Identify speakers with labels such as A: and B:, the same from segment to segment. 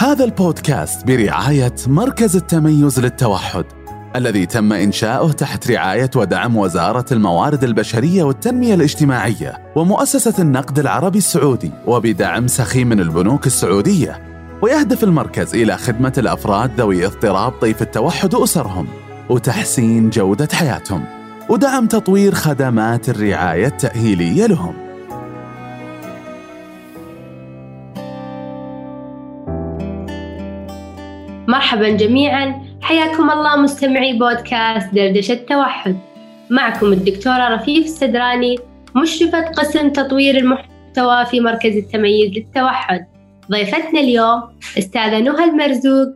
A: هذا البودكاست برعاية مركز التميز للتوحد الذي تم إنشاؤه تحت رعاية ودعم وزارة الموارد البشرية والتنمية الاجتماعية ومؤسسة النقد العربي السعودي وبدعم سخي من البنوك السعودية ويهدف المركز إلى خدمة الأفراد ذوي اضطراب طيف التوحد وأسرهم وتحسين جودة حياتهم ودعم تطوير خدمات الرعاية التأهيلية لهم
B: مرحبا جميعا حياكم الله مستمعي بودكاست دردشة التوحد معكم الدكتورة رفيف السدراني مشرفة قسم تطوير المحتوى في مركز التميز للتوحد ضيفتنا اليوم أستاذة نهى المرزوق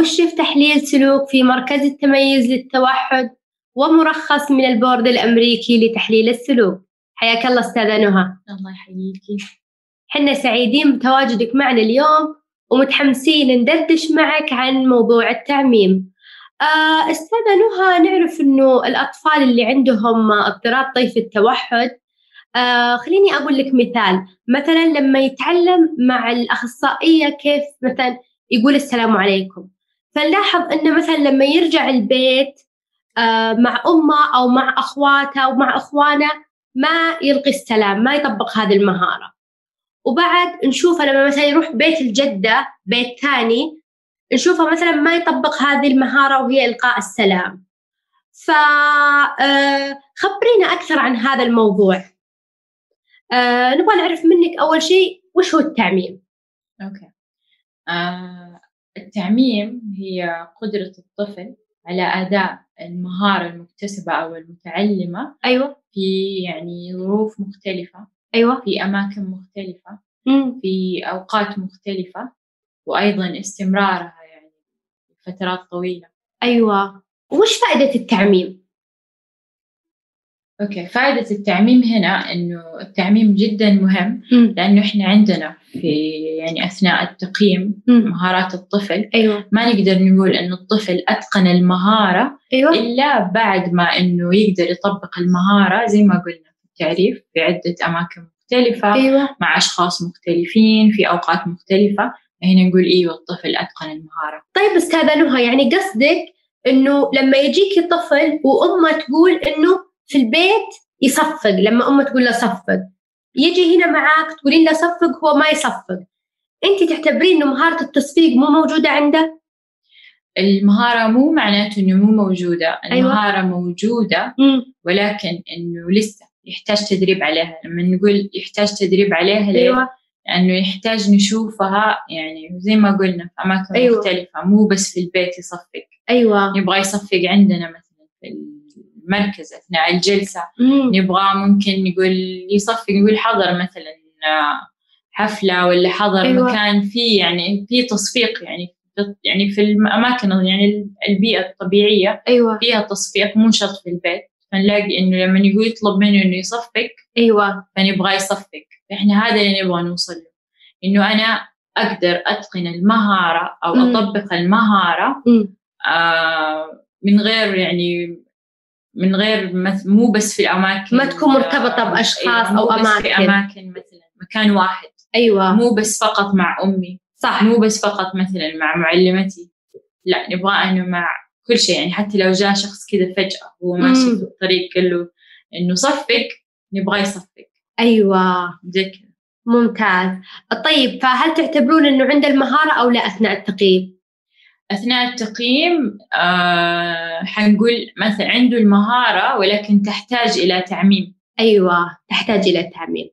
B: مشرف تحليل سلوك في مركز التميز للتوحد ومرخص من البورد الأمريكي لتحليل السلوك حياك الله أستاذة نهى
C: الله يحييكي
B: حنا سعيدين بتواجدك معنا اليوم ومتحمسين ندردش معك عن موضوع التعميم آه، أستاذة نهى نعرف أنه الأطفال اللي عندهم اضطراب طيف التوحد آه، خليني أقول لك مثال مثلا لما يتعلم مع الأخصائية كيف مثلا يقول السلام عليكم فنلاحظ أنه مثلا لما يرجع البيت آه، مع أمه أو مع أخواته أو مع أخوانه ما يلقي السلام ما يطبق هذه المهارة وبعد نشوفه لما مثلا يروح بيت الجدة بيت ثاني نشوفه مثلا ما يطبق هذه المهارة وهي إلقاء السلام فخبرينا أكثر عن هذا الموضوع آه، نبغى نعرف منك أول شيء وش هو التعميم
C: أوكي آه التعميم هي قدرة الطفل على أداء المهارة المكتسبة أو المتعلمة
B: أيوة
C: في يعني ظروف مختلفة
B: أيوة
C: في أماكن مختلفة
B: مم.
C: في أوقات مختلفة وأيضا استمرارها يعني فترات طويلة
B: أيوة وش فائدة التعميم
C: أوكي فائدة التعميم هنا إنه التعميم جدا مهم
B: مم.
C: لأنه إحنا عندنا في يعني أثناء التقييم
B: مم.
C: مهارات الطفل
B: أيوة
C: ما نقدر نقول إنه الطفل أتقن المهارة
B: أيوة
C: إلا بعد ما إنه يقدر يطبق المهارة زي ما قلنا في التعريف في عدة أماكن مختلفة
B: أيوة
C: مع أشخاص مختلفين في أوقات مختلفة هنا نقول إيوه الطفل أتقن المهارة
B: طيب أستاذة نهى يعني قصدك إنه لما يجيكي طفل وأمه تقول إنه في البيت يصفق لما أمه تقول له صفق يجي هنا معاك تقولين له صفق هو ما يصفق أنت تعتبرين إنه مهارة التصفيق مو موجودة عنده؟
C: المهارة مو معناته إنه مو موجودة
B: أيوة.
C: المهارة موجودة
B: مم.
C: ولكن إنه لسه يحتاج تدريب عليها لما نقول يحتاج تدريب عليها ليه؟
B: أيوة
C: لأنه يحتاج نشوفها يعني زي ما قلنا في أماكن
B: أيوة.
C: مختلفة مو بس في البيت يصفق
B: أيوة
C: يبغى يصفق عندنا مثلا في المركز اثناء الجلسه
B: مم.
C: نبغى ممكن نقول يصفق يقول حضر مثلا آه، حفله ولا حضر
B: أيوة.
C: أيوة. مكان فيه يعني فيه تصفيق يعني في- يعني في الاماكن يعني البيئه الطبيعيه
B: أيوة
C: فيها تصفيق مو شرط في البيت فنلاقي انه لما يقول يطلب منه انه يصفق
B: أيوة
C: فنبغى يصفق احنا هذا اللي نبغى نوصل له انه انا اقدر اتقن المهاره او
B: مم.
C: اطبق المهاره
B: مم.
C: آه، من غير يعني من غير مث- مو بس في الاماكن
B: ما تكون مرتبطة
C: آه،
B: بأشخاص
C: أيوة، مو
B: أو
C: بس في
B: أماكن.
C: اماكن مثلا مكان واحد
B: أيوة
C: مو بس فقط مع امي
B: صح
C: مو بس فقط مثلا مع معلمتي لا نبغى انه مع كل شيء يعني حتى لو جاء شخص كذا فجاه وهو ماشي
B: مم.
C: في الطريق قال له انه صفق نبغى يصفق
B: أيوة
C: زي كذا
B: ممتاز طيب فهل تعتبرون إنه عنده المهارة أو لا أثناء التقييم؟
C: اثناء التقييم آه حنقول مثلا عنده المهاره ولكن تحتاج الى تعميم
B: أيوة تحتاج إلى التعميم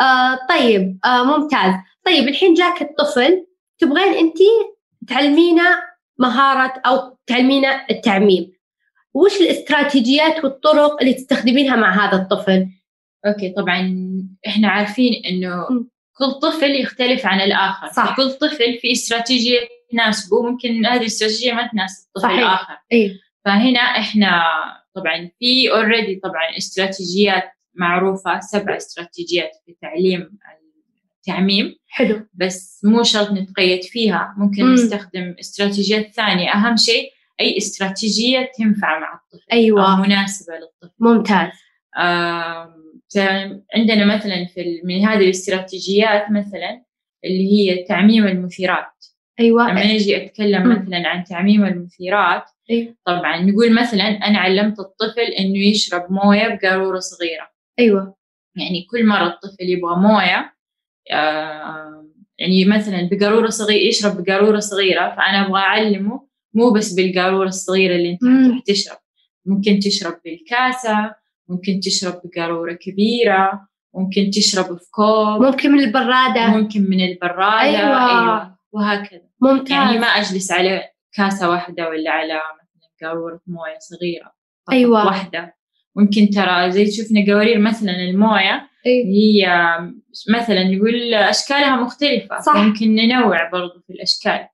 B: آه طيب آه ممتاز طيب الحين جاك الطفل تبغين أنت تعلمينا مهارة أو تعلمينا التعميم وش الاستراتيجيات والطرق اللي تستخدمينها مع هذا الطفل؟
C: اوكي طبعا احنا عارفين انه
B: مم.
C: كل طفل يختلف عن الاخر
B: صح.
C: كل طفل في استراتيجيه تناسبه ممكن هذه الاستراتيجيه ما تناسب طفل
B: صحيح.
C: اخر
B: إيه
C: فهنا احنا طبعا في اوريدي طبعا استراتيجيات معروفه سبع استراتيجيات في تعليم التعميم
B: حلو
C: بس مو شرط نتقيد فيها ممكن
B: مم.
C: نستخدم استراتيجيات ثانيه اهم شيء اي استراتيجيه تنفع مع الطفل
B: أيوة.
C: أو مناسبه للطفل
B: ممتاز
C: آم، زي- عندنا مثلا في ال- من هذه الاستراتيجيات مثلا اللي هي تعميم المثيرات
B: ايوه
C: لما نجي اتكلم
B: مم.
C: مثلا عن تعميم المثيرات
B: إيه.
C: طبعا نقول مثلا انا علمت الطفل انه يشرب مويه بقاروره صغيره
B: ايوه
C: يعني كل مره الطفل يبغى مويه آه، يعني مثلا بقاروره صغيره يشرب بقاروره صغيره فانا ابغى اعلمه مو بس بالقاروره الصغيره اللي انت
B: مم.
C: راح تشرب ممكن تشرب بالكاسه ممكن تشرب بقاروره كبيره ممكن تشرب في كوب
B: ممكن من البراده
C: ممكن من البراده
B: أيوة.
C: أيوة وهكذا
B: ممتاز
C: يعني ما اجلس على كاسه واحده ولا على مثلا قاروره مويه صغيره فقط
B: أيوة.
C: واحده ممكن ترى زي شفنا قوارير مثلا المويه
B: إيه.
C: هي مثلا نقول اشكالها مختلفه
B: صح.
C: ممكن ننوع برضو في الاشكال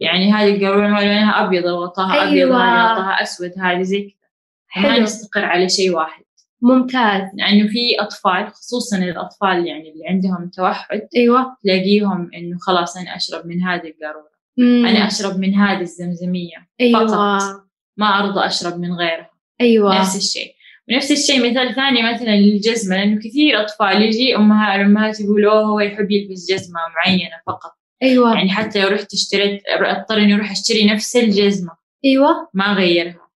C: يعني هذه القاروره المويه لونها ابيض غطاها ابيض
B: أيوة.
C: هذه غطاها اسود هذه زي كذا يعني ما
B: حلو.
C: نستقر على شيء واحد
B: ممتاز
C: لانه في اطفال خصوصا الاطفال يعني اللي عندهم توحد
B: ايوه
C: تلاقيهم انه خلاص انا اشرب من هذه القاروره
B: مم.
C: أنا أشرب من هذه الزمزمية
B: أيوة.
C: فقط. ما أرضى أشرب من غيرها
B: ايوه
C: نفس الشيء ونفس الشيء مثال ثاني مثلا للجزمة لأنه كثير أطفال يجي أمها الأمهات يقولوا "أوه، هو يحب يلبس جزمة معينة فقط
B: ايوه
C: يعني حتى لو رحت اشتريت أضطر إني أروح أشتري نفس الجزمة
B: ايوه
C: ما أغيرها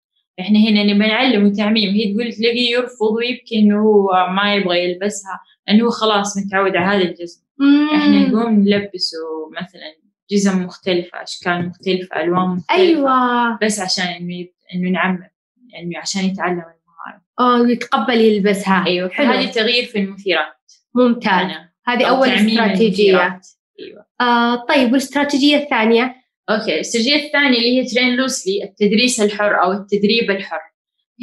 C: إحنا هنا نبي نعلمه تعميم هي تقول تلاقيه يرفض ويبكي إنه هو ما يبغى يلبسها لأنه هو خلاص متعود على هذه الجزمة
B: مم.
C: احنا نقوم نلبسه مثلا جزم مختلفة أشكال مختلفة ألوان مختلفة
B: ايوه
C: بس عشان إنه يت- إنه نعمم يعني عشان يتعلم المهارة
B: اه يتقبل يلبسها
C: أيوه
B: حلو.
C: هذه تغيير في المثيرات
B: ممتاز
C: أنا
B: هذه
C: أو
B: اول
C: تعميم
B: استراتيجيه
C: المثيرات. أيوه
B: آه طيب والاستراتيجيه الثانيه
C: أوكي الاستراتيجية الثانية اللي هي ترين لوسلي التدريس الحر أو التدريب الحر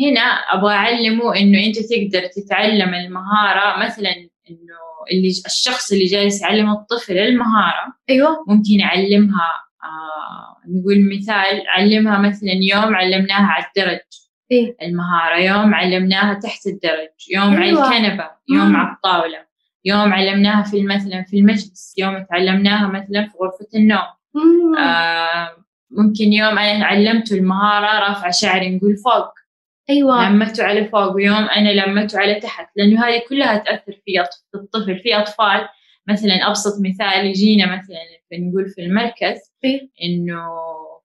C: هنا أبغى أعلمه إنه أنت تقدر تتعلم المهارة مثلا إنه اللي الشخص اللي جالس يعلم الطفل المهارة
B: ايوه
C: ممكن أعلمها آه نقول مثال علمها مثلا يوم علمناها على الدرج
B: إيه.
C: المهارة يوم علمناها تحت الدرج يوم على
B: أيوة.
C: الكنبة يوم
B: مم.
C: على الطاولة يوم علمناها في مثلا في المجلس يوم تعلمناها مثلا في غرفة النوم
B: مم.
C: آه ممكن يوم أنا علمته المهارة رفع شعري نقول فوق
B: ايوه
C: لمته على فوق ويوم انا لمته على تحت لانه هذه كلها تاثر في أط- في الطفل في اطفال مثلا ابسط مثال يجينا مثلا بنقول في المركز
B: إيه.
C: انه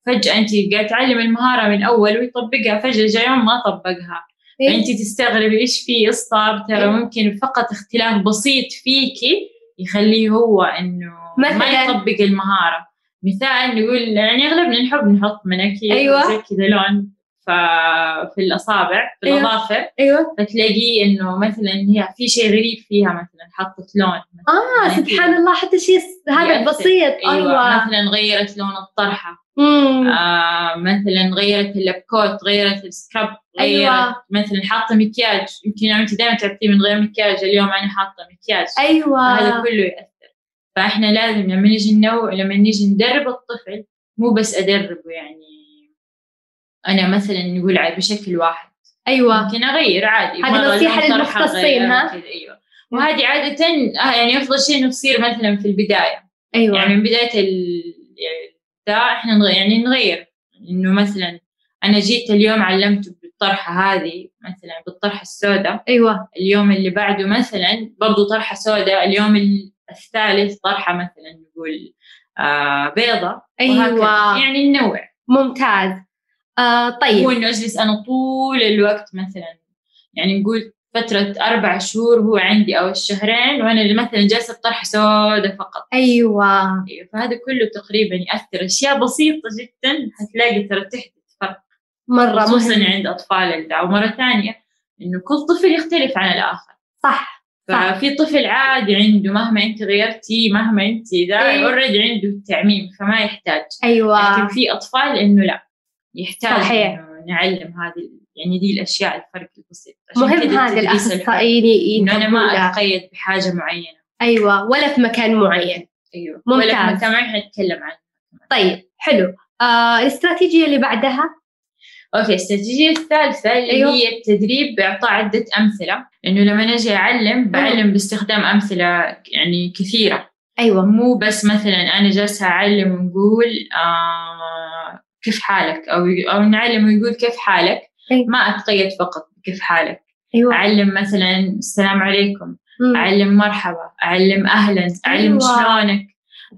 C: فجاه انت قاعد تعلم المهاره من اول ويطبقها فجاه جاي يوم ما طبقها
B: إيه.
C: فانت تستغربي ايش في ايش صار
B: إيه.
C: ترى ممكن فقط اختلاف بسيط فيكي يخليه هو انه ما
B: مثلاً.
C: يطبق المهاره مثال نقول يعني اغلبنا نحب نحط مناكير
B: أيوة.
C: زي كذا لون ف- في الاصابع في
B: أيوة.
C: الاظافر
B: ايوه
C: فتلاقيه انه مثلا هي في شيء غريب فيها مثلا حطت لون مثلاً.
B: اه
C: يعني
B: سبحان الله حتى شيء س- هذا
C: يأثر.
B: البسيط ايوه
C: مثلا أيوة، غيرت لون الطرحه
B: مم.
C: نعم. آه مثلا غيرت اللبكوت غيرت السكراب غيرت
B: ايوه
C: مثلا حاطه مكياج يمكن انت دائما تعطيه من غير مكياج اليوم انا حاطه مكياج هذا
B: ايوه
C: كله ياثر فاحنا لازم لما نجي ننوع لما نجي ندرب الطفل مو بس ادربه يعني انا مثلا نقول على- بشكل واحد
B: ايوه
C: ممكن اغير عادي
B: هذه
C: مرة
B: نصيحة
C: لون طرحة
B: للمختصين،
C: أغيره
B: ها؟
C: وكذا، ايوه وهذه عادة آه، يعني أفضل شيء إنه تصير مثلا في البداية يعني
B: ايوه
C: من بداية ال يعني ده إحنا نغ- يعني نغير إنه مثلا أنا جيت اليوم علمته بالطرحة هذه مثلا بالطرحة السوداء
B: ايوه
C: اليوم اللي بعده مثلا برضو طرحة سوداء اليوم ال- الثالث طرحة مثلا نقول آه بيضة وهكذا.
B: ايوه
C: يعني ننوع
B: أيوة. ممتاز آه
C: هو
B: طيب
C: انه اجلس انا طول الوقت مثلا يعني نقول فترة أربع شهور هو عندي أو الشهرين وأنا اللي مثلا جالسة بطرح سوداء فقط
B: ايوه
C: أيوة، فهذا كله تقريبا يأثر أشياء بسيطة جدا حتلاقي ترى تحدث فرق
B: مره
C: خصوصا
B: مهم
C: عند أطفال الدعوة ومرة ثانية إنه كل طفل يختلف عن الآخر
B: صح صح.
C: ففي طفل عادي عنده مهما أنت غيرتي مهما أنت ده
B: إيه.
C: أوريدي عنده التعميم فما يحتاج لكن
B: ايوه
C: في اطفال انه لا يحتاج
B: صحيح.
C: انه نعلم هذه ال- يعني دي الاشياء الفرق البسيط عشان
B: مهم
C: كده
B: هذا
C: التدريس الحر،
B: الاخصائيين
C: انه انا ما
B: يتقبلونه.
C: اتقيد بحاجه معينه
B: ايوه ولا في مكان معين
C: ايوه
B: ممتاز.
C: ولا متى ما نتكلم عنه
B: طيب حلو آه الاستراتيجيه اللي بعدها
C: اوكي الاستراتيجيه الثالثه اللي
B: أيوة.
C: أيوه. هي التدريب باعطاء عده امثله انه لما اجي اعلم بعلم باستخدام امثله يعني كثيره
B: ايوه
C: مو بس مثلا انا جالسه اعلم ونقول آه كيف حالك او او نعلم ويقول كيف حالك
B: أيوة.
C: ما اتقيد فقط بكيف حالك
B: ايوه
C: أعلم مثلا السلام عليكم
B: مم.
C: أعلم مرحبا أعلم أهلا أعلم
B: أيوة.
C: شلونك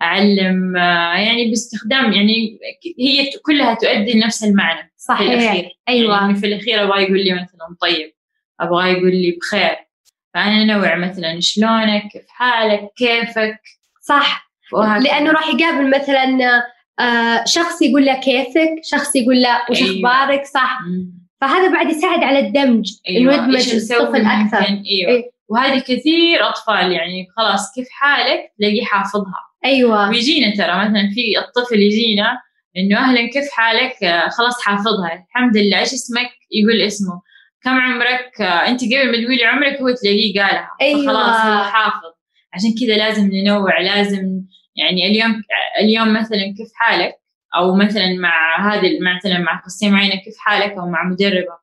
C: اعلم آه، يعني باستخدام يعني هي كلها تؤدي لنفس المعنى في
B: صحيح
C: الاخير
B: ايوه
C: يعني في الاخير ابغى يقول لي مثلا طيب ابغى يقول لي بخير فانا انوع مثلا شلونك كيف حالك كيفك
B: صح
C: وهكذا.
B: لانه راح يقابل مثلا آه، شخص يقول له كيفك شخص يقول له وش
C: أيوة.
B: اخبارك صح
C: مم.
B: فهذا بعد يساعد على الدمج
C: ايوه
B: إنه
C: إيش
B: يدمج
C: نسوي
B: الطفل اكثر
C: ممكن؟ ايوه
B: إيه.
C: وهذه كثير اطفال يعني خلاص كيف حالك تلاقيه حافظها
B: ايوه
C: ويجينا ترى مثلا في الطفل يجينا انه اهلا كيف حالك آه، خلاص حافظها الحمد لله ايش اسمك يقول اسمه كم عمرك آه، انت قبل ما تقولي عمرك هو تلاقيه قالها
B: أيوة.
C: فخلاص هو حافظ عشان كذا لازم ننوع لازم يعني اليوم اليوم مثلا كيف حالك او مثلا مع هذه مثلا مع قصية معينة كيف حالك او مع مدربة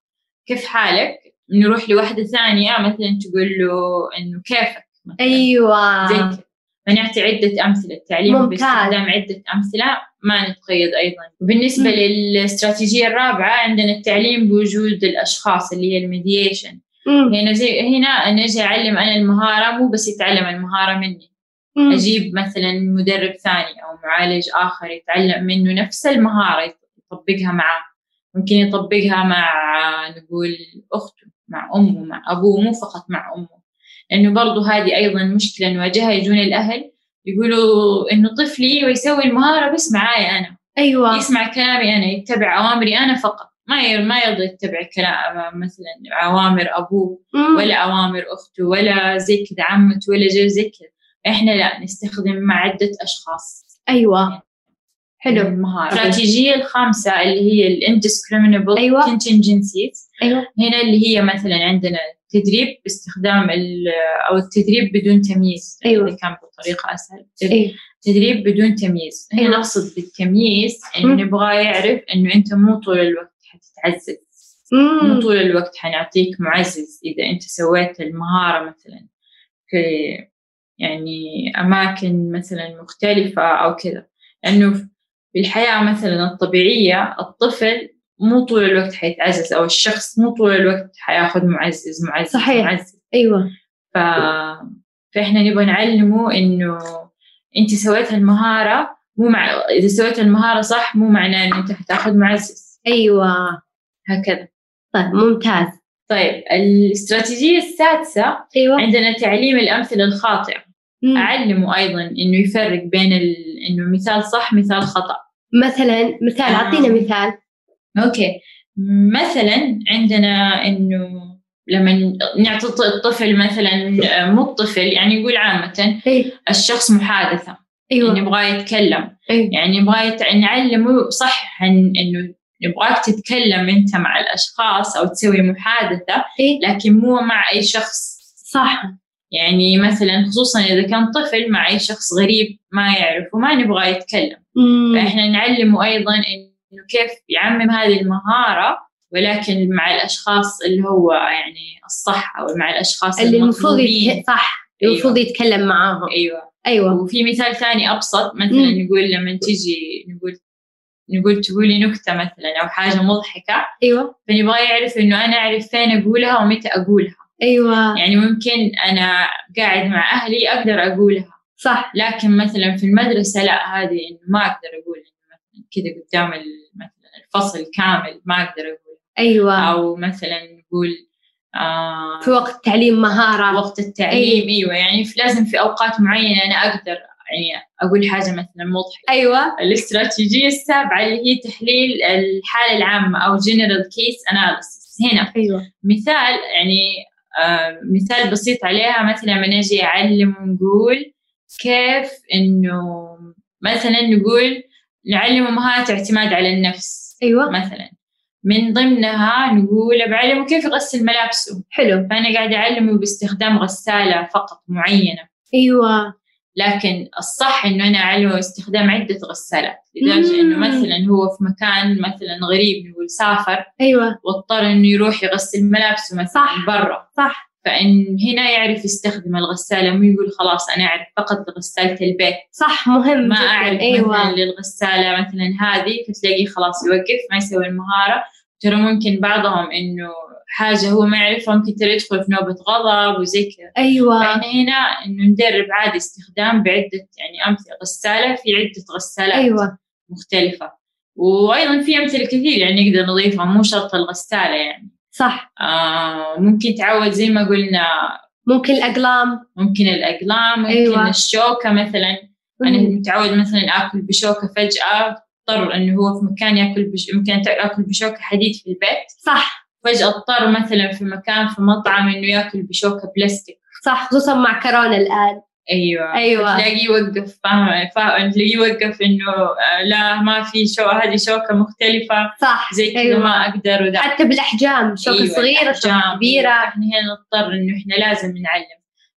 C: كيف حالك نروح لواحدة ثانية مثلا تقول له انه كيفك مثلا
B: ايوه
C: زي كذا فنعطي عدة أمثلة التعليم
B: ممتاز.
C: باستخدام عدة أمثلة ما نتقيد أيضا وبالنسبة
B: مم.
C: للاستراتيجية الرابعة عندنا التعليم بوجود الأشخاص اللي هي الميديشن
B: مم.
C: هنا زي هنا أنا أجي أعلم أنا المهارة مو بس يتعلم المهارة مني
B: مم.
C: أجيب مثلا مدرب ثاني أو معالج آخر يتعلم منه نفس المهارة يطبقها معاه ممكن يطبقها مع نقول أخته مع أمه مع أبوه مو فقط مع أمه لأنه برضو هذه أيضا مشكلة نواجهها يجون الأهل يقولوا إنه طفلي ويسوي المهارة بس معاي أنا
B: ايوه
C: يسمع كلامي أنا يتبع أوامري أنا فقط ما ير- ما يرضى يتبع كلام مثلا أوامر أبوه
B: مم.
C: ولا اوامر اخته ولا زي كذا عمته ولا جوز زي كذا احنا لا نستخدم مع عده اشخاص
B: ايوه حلو
C: المهاره الاستراتيجيه الخامسه اللي هي الاندسكريمنبل
B: أيوة.
C: contingencies
B: ايوه
C: هنا اللي هي مثلا عندنا تدريب باستخدام ال- او التدريب بدون تمييز
B: أيوة.
C: اذا كان بطريقه اسهل
B: ايوه
C: تدريب بدون تمييز هنا
B: أيوة.
C: نقصد بالتمييز انه
B: مم.
C: نبغى يعرف انه انت مو طول الوقت حتتعزز مو
B: مم.
C: طول الوقت حنعطيك معزز إذا أنت سويت المهارة مثلا في يعني أماكن مثلا مختلفة أو كذا لأنه في الحياة مثلا الطبيعية الطفل مو طول الوقت حيتعزز أو الشخص مو طول الوقت حياخد معزز معزز
B: صحيح.
C: معزز
B: ايوه
C: ف... فإحنا نبغى نعلمه إنه أنت سويت المهارة مو مع إذا سويت المهارة صح مو معناه إن أنت حتاخد معزز
B: ايوه
C: هكذا
B: طيب ممتاز
C: طيب الاستراتيجية السادسة
B: ايوه
C: عندنا تعليم الأمثلة الخاطئة
B: مم.
C: أعلمه أيضا إنه يفرق بين ال... إنه مثال صح مثال خطأ
B: مثلا مثال
C: آه.
B: اعطينا مثال
C: أوكي مثلا عندنا إنه لما نعطي الط- الطفل مثلا آه، مو الطفل يعني يقول عامة
B: إيه.
C: الشخص محادثة يعني
B: ايوه
C: يبغى يتكلم
B: ايوه
C: يعني يبغى يت... نعلمه صح عن إنه نبغاك تتكلم أنت مع الأشخاص أو تسوي محادثة
B: إيه.
C: لكن مو مع أي شخص
B: صح
C: يعني مثلا خصوصا إذا كان طفل مع أي شخص غريب ما يعرفه ما نبغى يتكلم
B: مم.
C: فإحنا نعلمه أيضا إنه كيف يعمم هذه المهارة ولكن مع الأشخاص اللي هو يعني الصح أو مع الأشخاص
B: اللي المفروض
C: المطلوبين
B: يت... صح
C: أيوة.
B: المفروض يتكلم معاهم
C: أيوة
B: ايوه
C: وفي مثال ثاني أبسط مثلا
B: مم.
C: نقول لما تيجي نقول نقول تقولي نكتة مثلا أو حاجة مضحكة
B: ايوه
C: فنبغى يعرف إنه أنا أعرف فين أقولها ومتى أقولها
B: ايوه
C: يعني ممكن أنا قاعد مع أهلي أقدر أقولها
B: صح
C: لكن مثلا في المدرسة لا هذه إنه ما أقدر أقول إنه مثلا كذا قدام ال- مثلا الفصل كامل ما أقدر أقول
B: ايوه
C: أو مثلا نقول آه
B: في وقت تعليم مهاره
C: وقت التعليم أيوة يعني في- لازم في أوقات معينة أنا أقدر يعني أقول حاجة مثلا مضحكة
B: ايوه
C: الاستراتيجية السابعة اللي هي تحليل الحالة العامة أو general case analysis هنا
B: ايوه
C: مثال يعني آه، مثال بسيط عليها مثلا لما نجي أعلم ونقول كيف إنه مثلا نقول نعلمه مهارة اعتماد على النفس
B: ايوه
C: مثلا من ضمنها نقول بعلمه كيف يغسل ملابسه
B: حلو
C: فأنا قاعدة أعلمه باستخدام غسالة فقط معينة
B: ايوه
C: لكن الصح إنه أنا أعلمه استخدام عدة غسالات لدرجة إنه
B: مم.
C: مثلا هو في مكان مثلا غريب نقول سافر
B: ايوه
C: واضطر إنه يروح يغسل ملابسه مثلا
B: صح.
C: برا
B: صح
C: فإن هنا يعرف يستخدم الغسالة مو يقول خلاص أنا أعرف فقط غسالة البيت
B: صح مهم
C: ما
B: جداً.
C: أعرف مثلا
B: ايوه
C: للغسالة مثلا هذه فتلاقيه خلاص يوقف ما يسوي المهارة ترى ممكن بعضهم إنه حاجة هو ما يعرفها ممكن ترى يدخل في نوبة غضب وزي كذا
B: ايوه
C: فاحنا هنا انه ندرب عادي استخدام بعدة يعني امثلة غسالة في عدة غسالات
B: ايوه
C: مختلفة وايضا في امثلة كثير يعني نقدر نضيفها مو شرط الغسالة يعني
B: صح
C: آه ممكن تعود زي ما قلنا
B: ممكن الاقلام
C: ممكن الاقلام ممكن
B: أيوة.
C: أيوة. الشوكة مثلا انا متعود مثلا اكل بشوكه فجاه اضطر انه هو في مكان ياكل بش... ممكن اكل بشوكه حديد في البيت
B: صح
C: فجاه اضطر مثلا في مكان في مطعم انه ياكل بشوكه بلاستيك
B: صح خصوصا مع كورونا الان
C: ايوه
B: ايوه
C: تلاقيه يوقف فاهم فاهم تلاقيه يوقف انه آه، لا ما في شو هذه شوكه مختلفه
B: صح
C: زي كذا
B: أيوة.
C: أيوة. ما اقدر وده
B: حتى بالاحجام شوكه
C: أيوة،
B: صغيره شوكه
C: الأحجام.
B: كبيره
C: احنا هنا نضطر انه احنا لازم نعلم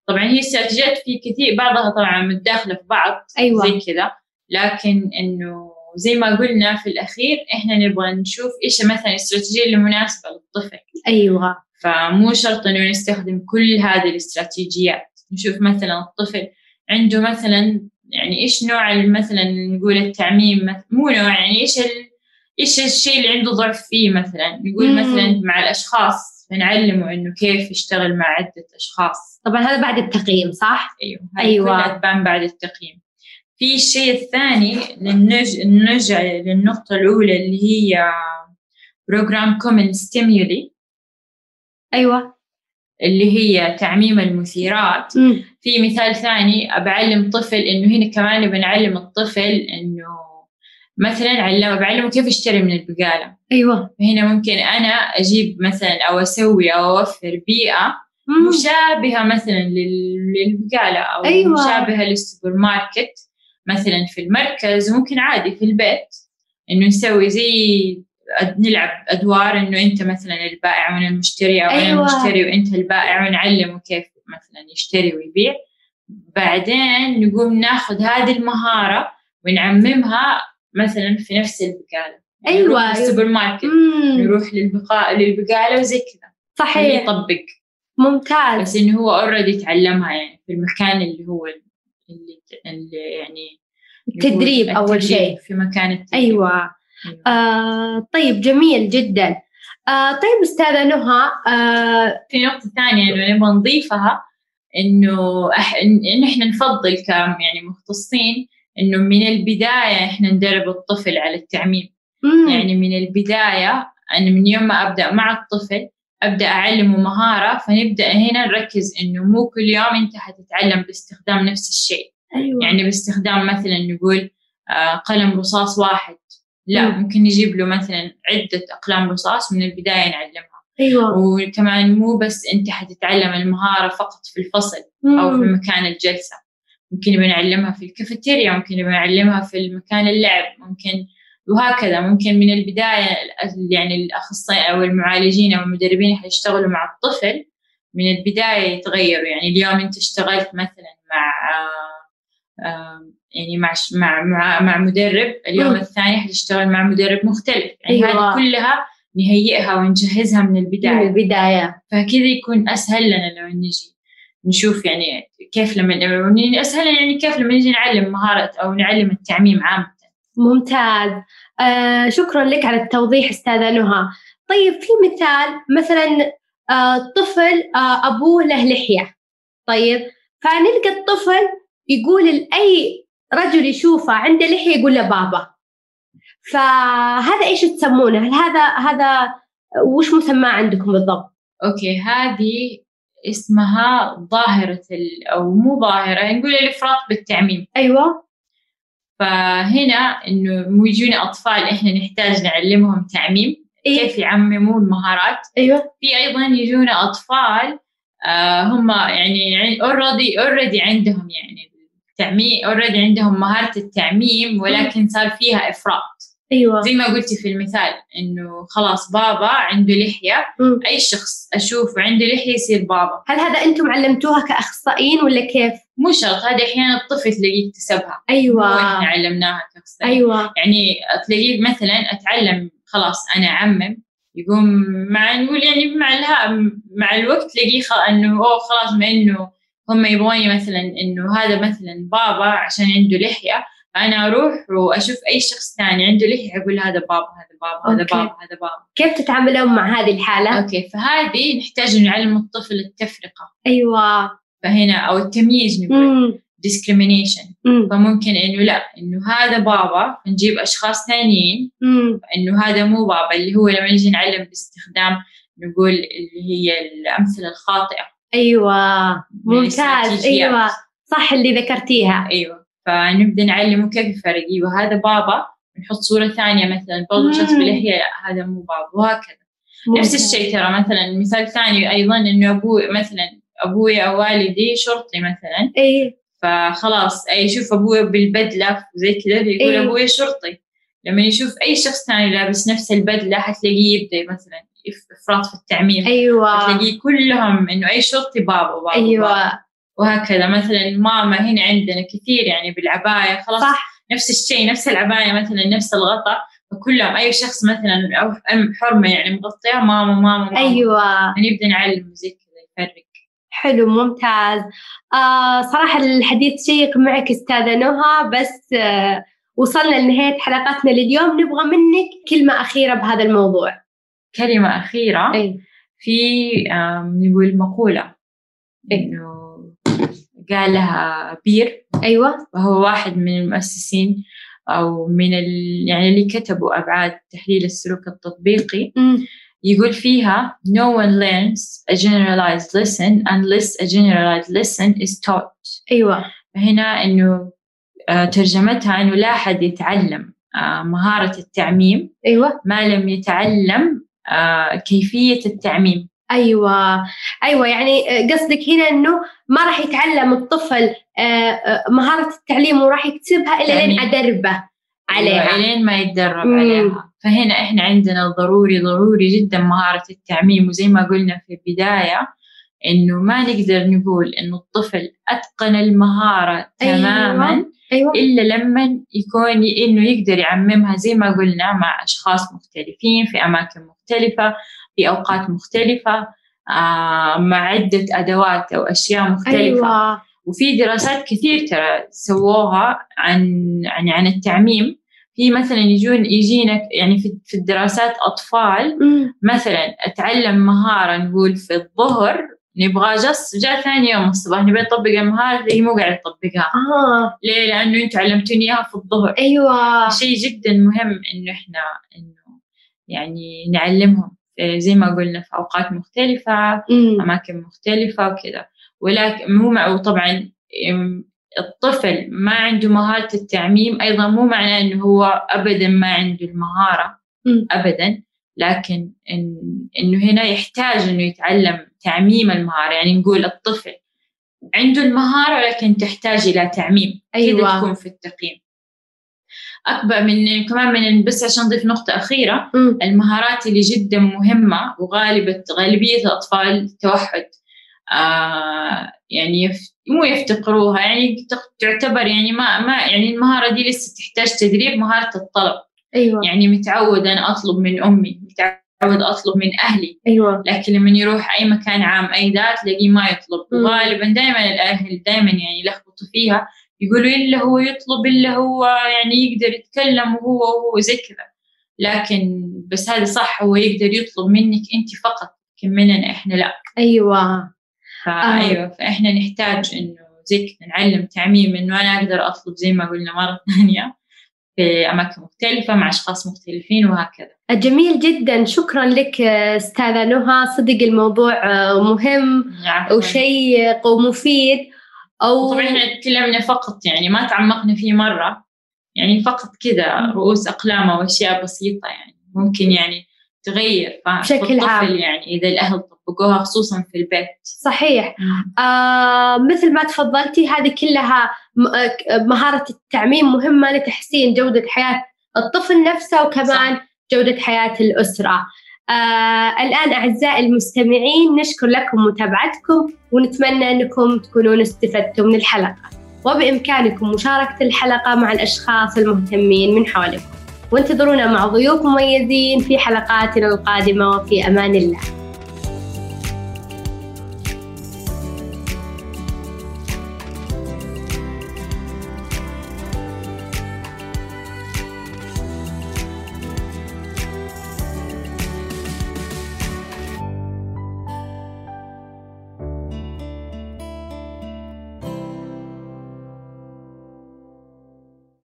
C: طبعا هي استراتيجيات في كثير بعضها طبعا متداخله في بعض
B: ايوه
C: زي كذا لكن انه زي ما قلنا في الاخير احنا نبغى نشوف ايش مثلا الاستراتيجيه اللي مناسبه للطفل
B: ايوه
C: فمو شرط انه نستخدم كل هذه الاستراتيجيات نشوف مثلا الطفل عنده مثلا يعني ايش نوع ال- مثلا نقول التعميم مث- مو نوع يعني ايش ال... ايش الشيء اللي عنده ضعف فيه مثلا نقول
B: مم.
C: مثلا مع الاشخاص فنعلمه انه كيف يشتغل مع عده اشخاص
B: طبعا هذا بعد التقييم صح
C: ايوه هذه
B: أيوة.
C: كلها تبان بعد التقييم في الشيء الثاني لنرج- نرجع للنقطة الأولى اللي هي بروجرام كومن ستيمولي
B: ايوه
C: اللي هي تعميم المثيرات
B: مم.
C: في مثال ثاني بعلم طفل انه هنا كمان بنعلم الطفل انه مثلا علمه بعلمه كيف يشتري من البقالة
B: ايوه
C: فهنا ممكن انا اجيب مثلا او اسوي او اوفر بيئة
B: مم.
C: مشابهة مثلا لل- للبقالة أو
B: أيوة.
C: أيوة. مشابهة للسوبر ماركت مثلا في المركز وممكن عادي في البيت إنه نسوي زي أد- نلعب أدوار إنه أنت مثلا البائع وأنا المشتري أو أنا
B: أيوة.
C: المشتري وأنت البائع ونعلمه كيف مثلا يشتري ويبيع بعدين نقوم ناخذ هذه المهارة ونعممها مثلا في نفس البقالة يعني
B: أيوة.
C: نروح السوبر ماركت
B: مم.
C: نروح للبقاء للبقالة وزي كذا خليه
B: صحيح
C: يطبق
B: ممتاز
C: بس انه هو اوريدي تعلمها يعني في المكان اللي هو اللي, اللي يعني
B: التدريب اول
C: التدريب
B: شيء
C: في مكان التدريب أيوة.
B: ايوه آه طيب جميل جدا آه طيب استاذه نهى آه
C: في نقطة ثانية انه نبغى نضيفها انه أح... انه احنا نفضل ك يعني مختصين انه من البداية احنا ندرب الطفل على التعميم
B: مم.
C: يعني من البداية أنا من يوم ما أبدأ مع الطفل أبدأ أعلمه مهارة فنبدأ هنا نركز إنه مو كل يوم أنت حتتعلم باستخدام نفس الشيء
B: أيوة.
C: يعني باستخدام مثلا نقول آه، قلم رصاص واحد لا
B: مم.
C: ممكن نجيب له مثلا عدة أقلام رصاص من البداية نعلمها
B: ايوه
C: وكمان مو بس أنت حتتعلم المهارة فقط في الفصل أو في
B: مم.
C: مكان الجلسة ممكن بنعلمها في الكافيتيريا ممكن بنعلمها في مكان اللعب ممكن وهكذا ممكن من البداية ال- يعني الأخصائي أو المعالجين أو المدربين اللي حيشتغلوا مع الطفل من البداية يتغيروا يعني اليوم أنت اشتغلت مثلا مع آه، آه، يعني مع ش- مع مع, مع مدرب اليوم
B: مم.
C: الثاني حتشتغل مع مدرب مختلف يعني
B: أيوة.
C: هذه كلها نهيئها ونجهزها من البداية
B: من البدايه
C: فكذا يكون أسهل لنا لو نجي نشوف يعني كيف لما يعني أسهل يعني كيف لما نجي نعلم مهارة أو نعلم التعميم عامة
B: ممتاز آه شكرا لك على التوضيح استاذه نهى طيب في مثال مثلا آه طفل آه ابوه له لحيه طيب فنلقى الطفل يقول لاي رجل يشوفه عنده لحيه يقول له بابا فهذا ايش تسمونه؟ هل هذا هذا وش مسماه عندكم بالضبط؟
C: أوكي هذه اسمها ظاهرة ال أو مو ظاهرة نقول الإفراط بالتعميم
B: ايوه
C: فهنا إنه مو يجونا أطفال إحنا نحتاج نعلمهم تعميم
B: إيه؟
C: كيف يعمموا المهارات
B: ايوه
C: في ايضا يجونا اطفال آه، هم يعني اوريدي اوريدي عندهم يعني التعميم اوريدي عندهم مهاره التعميم ولكن صار فيها افراط
B: ايوه
C: زي ما قلتي في المثال انه خلاص بابا عنده لحيه
B: مم.
C: اي شخص اشوفه عنده لحيه يصير بابا
B: هل هذا انتم علمتوها كاخصائيين ولا كيف؟
C: مو شرط هذه احيانا الطفل تلاقيه اكتسبها
B: ايوه
C: احنا علمناها كاخصائيين
B: ايوه
C: يعني تلاقيه مثلا اتعلم خلاص انا اعمم يقوم مع نقول يعني مع الها مع الوقت تلاقيه خ... انه اوه خلاص ما انه هم يبغوني مثلا انه هذا مثلا بابا عشان عنده لحيه فانا اروح واشوف اي شخص ثاني عنده لحيه اقول هذا بابا هذا بابا هذا
B: أوكي.
C: بابا هذا بابا
B: كيف تتعاملون مع هذه الحالة؟
C: اوكي فهذه نحتاج إنه نعلم الطفل التفرقه
B: أيوة
C: فهنا او التمييز نقول
B: مم.
C: discrimination
B: مم.
C: فممكن انه لا انه هذا بابا فنجيب اشخاص ثانيين
B: مم.
C: انه هذا مو بابا اللي هو لما نجي نعلم باستخدام نقول اللي هي الامثله الخاطئه
B: أيوة
C: من
B: ممتاز
C: الاستراتيجيات.
B: أيوة صح اللي ذكرتيها
C: ايوه فنبدا نعلمه كيف يفرق ايوه هذا بابا نحط صوره ثانيه مثلا برضه شخص
B: مم.
C: بلحيه لا هذا مو بابا وهكذا نفس
B: ممتاز.
C: الشيء ترى مثلا مثال ثاني ايضا انه ابوي مثلا ابوي او والدي شرطي مثلا
B: أي
C: فخلاص اي يشوف ابوي بالبدله زي كذا يقول
B: إيه.
C: ابوي شرطي لما يشوف اي شخص ثاني لابس نفس البدله حتلاقيه يبدا مثلا إف- افراط في التعميم
B: أيوة
C: تلاقيه كلهم انه اي شرطي بابا بابا بابا.
B: أيوة
C: وهكذا مثلا ماما هنا عندنا كثير يعني بالعباية خلاص
B: صح
C: نفس الشيء نفس العباية مثلا نفس الغطاء فكلهم أي شخص مثلا أو أم حرمة يعني مغطية ماما ماما ماما
B: أيوة
C: نبدأ نعلم زي كذا يفرق
B: حلو ممتاز آه صراحة الحديث شيق معك أستاذة نهى بس آه وصلنا لنهاية حلقتنا لليوم نبغى منك كلمة أخيرة بهذا الموضوع أيوة.
C: كلمة أخيرة
B: أي
C: في آم، نقول مقولة
B: إيه.
C: إنه قالها بير
B: أيوة
C: وهو واحد من المؤسسين أو من ال... يعني اللي كتبوا أبعاد تحليل السلوك التطبيقي
B: مم.
C: يقول فيها no one learns a generalized lesson unless a generalized lesson is taught
B: أيوة
C: فهنا انه آه، ترجمتها انه لا احد يتعلم آه، مهارة التعميم
B: أيوة
C: ما لم يتعلم آه، كيفية التعميم
B: أيوة أيوة يعني آه، قصدك هنا إنه ما راح يتعلم الطفل آه، آه، مهارة التعليم وراح يكتسبها إلا لين
C: يعني-
B: أدربه عليها
C: لين أيوة، ما يتدرب
B: مم.
C: عليها فهنا احنا عندنا ضروري ضروري جدا مهارة التعميم وزي ما قلنا في البداية انه ما نقدر نقول انه الطفل اتقن المهارة
B: أيوة.
C: تماما
B: أيوة
C: إلا لما يكون ي- إنه يقدر يعممها زي ما قلنا مع أشخاص مختلفين في أماكن مختلفة في أوقات مختلفة آه، مع عدة أدوات أو أشياء مختلفة
B: أيوة
C: وفي دراسات كثير ترى سووها عن عن عن التعميم في مثلا يجون يجينا يعني في في الدراسات أطفال
B: مم.
C: مثلا أتعلم مهارة نقول في الظهر نبغى جس جاء ثاني يوم الصباح نبي نطبق المهارة هي مو قاعدة تطبقها
B: آه
C: ليه؟ لأنه أنتوا علمتوني إياها في الظهر
B: أيوة
C: شيء جدا مهم إنه إحنا إنه يعني نعلمهم إيه زي ما قلنا في أوقات مختلفة
B: مم.
C: أماكن مختلفة وكذا ولكن مو مع وطبعا إم، الطفل ما عنده مهارة التعميم أيضا مو معناه إنه هو أبدا ما عنده المهارة
B: مم.
C: أبدا لكن إن إنه هنا يحتاج إنه يتعلم تعميم المهارة يعني نقول الطفل عنده المهارة ولكن تحتاج إلى تعميم
B: أيوة.
C: كده تكون في التقييم أكبر من كمان من بس عشان نضيف نقطة أخيرة
B: مم.
C: المهارات اللي جدا مهمة وغالبة غالبية الأطفال التوحد آه يعني يف مو يفتقروها يعني تق- تعتبر يعني ما ما يعني المهارة دي لسه تحتاج تدريب مهارة الطلب
B: أيوة
C: يعني متعودة أنا أطلب من أمي متعودة أطلب من أهلي
B: أيوة
C: لكن لما يروح أي مكان عام أي ذا تلاقيه ما يطلب
B: مم.
C: وغالبا دائما الأهل دائما يعني يلخبطوا فيها يقولوا إلا هو يطلب إلا هو يعني يقدر يتكلم وهو وهو زي كذا لكن بس هذا صح هو يقدر يطلب منك أنت فقط لكن مننا إحنا لا
B: أيوة
C: فأيوه فإحنا نحتاج إنه زي كذا نعلم تعميم إنه أنا أقدر أطلب زي ما قلنا مرة ثانية في أماكن مختلفة مع أشخاص مختلفين وهكذا
B: جميل جدا شكرا لك آه، استاذه نهى صدق الموضوع آه، مهم
C: عفواً.
B: وشيق ومفيد او
C: طبعا احنا تكلمنا فقط يعني ما تعمقنا فيه مرة يعني فقط كذا رؤوس أقلامه وأشياء بسيطة يعني ممكن يعني تغير ف-
B: بشكل
C: في
B: عام.
C: الطفل يعني إذا الأهل طبقوها خصوصا في البيت
B: صحيح آه مثل ما تفضلتي هذه كلها م- آه، ك- آه، مهاره التعميم مهمه لتحسين جوده حياه الطفل نفسه وكمان جوده حياه الاسره آه الان اعزائي المستمعين نشكر لكم متابعتكم ونتمنى انكم تكونون استفدتم من الحلقه وبإمكانكم مشاركة الحلقة مع الأشخاص المهتمين من حولكم وانتظرونا مع ضيوف مميزين في حلقاتنا القادمة وفي أمان الله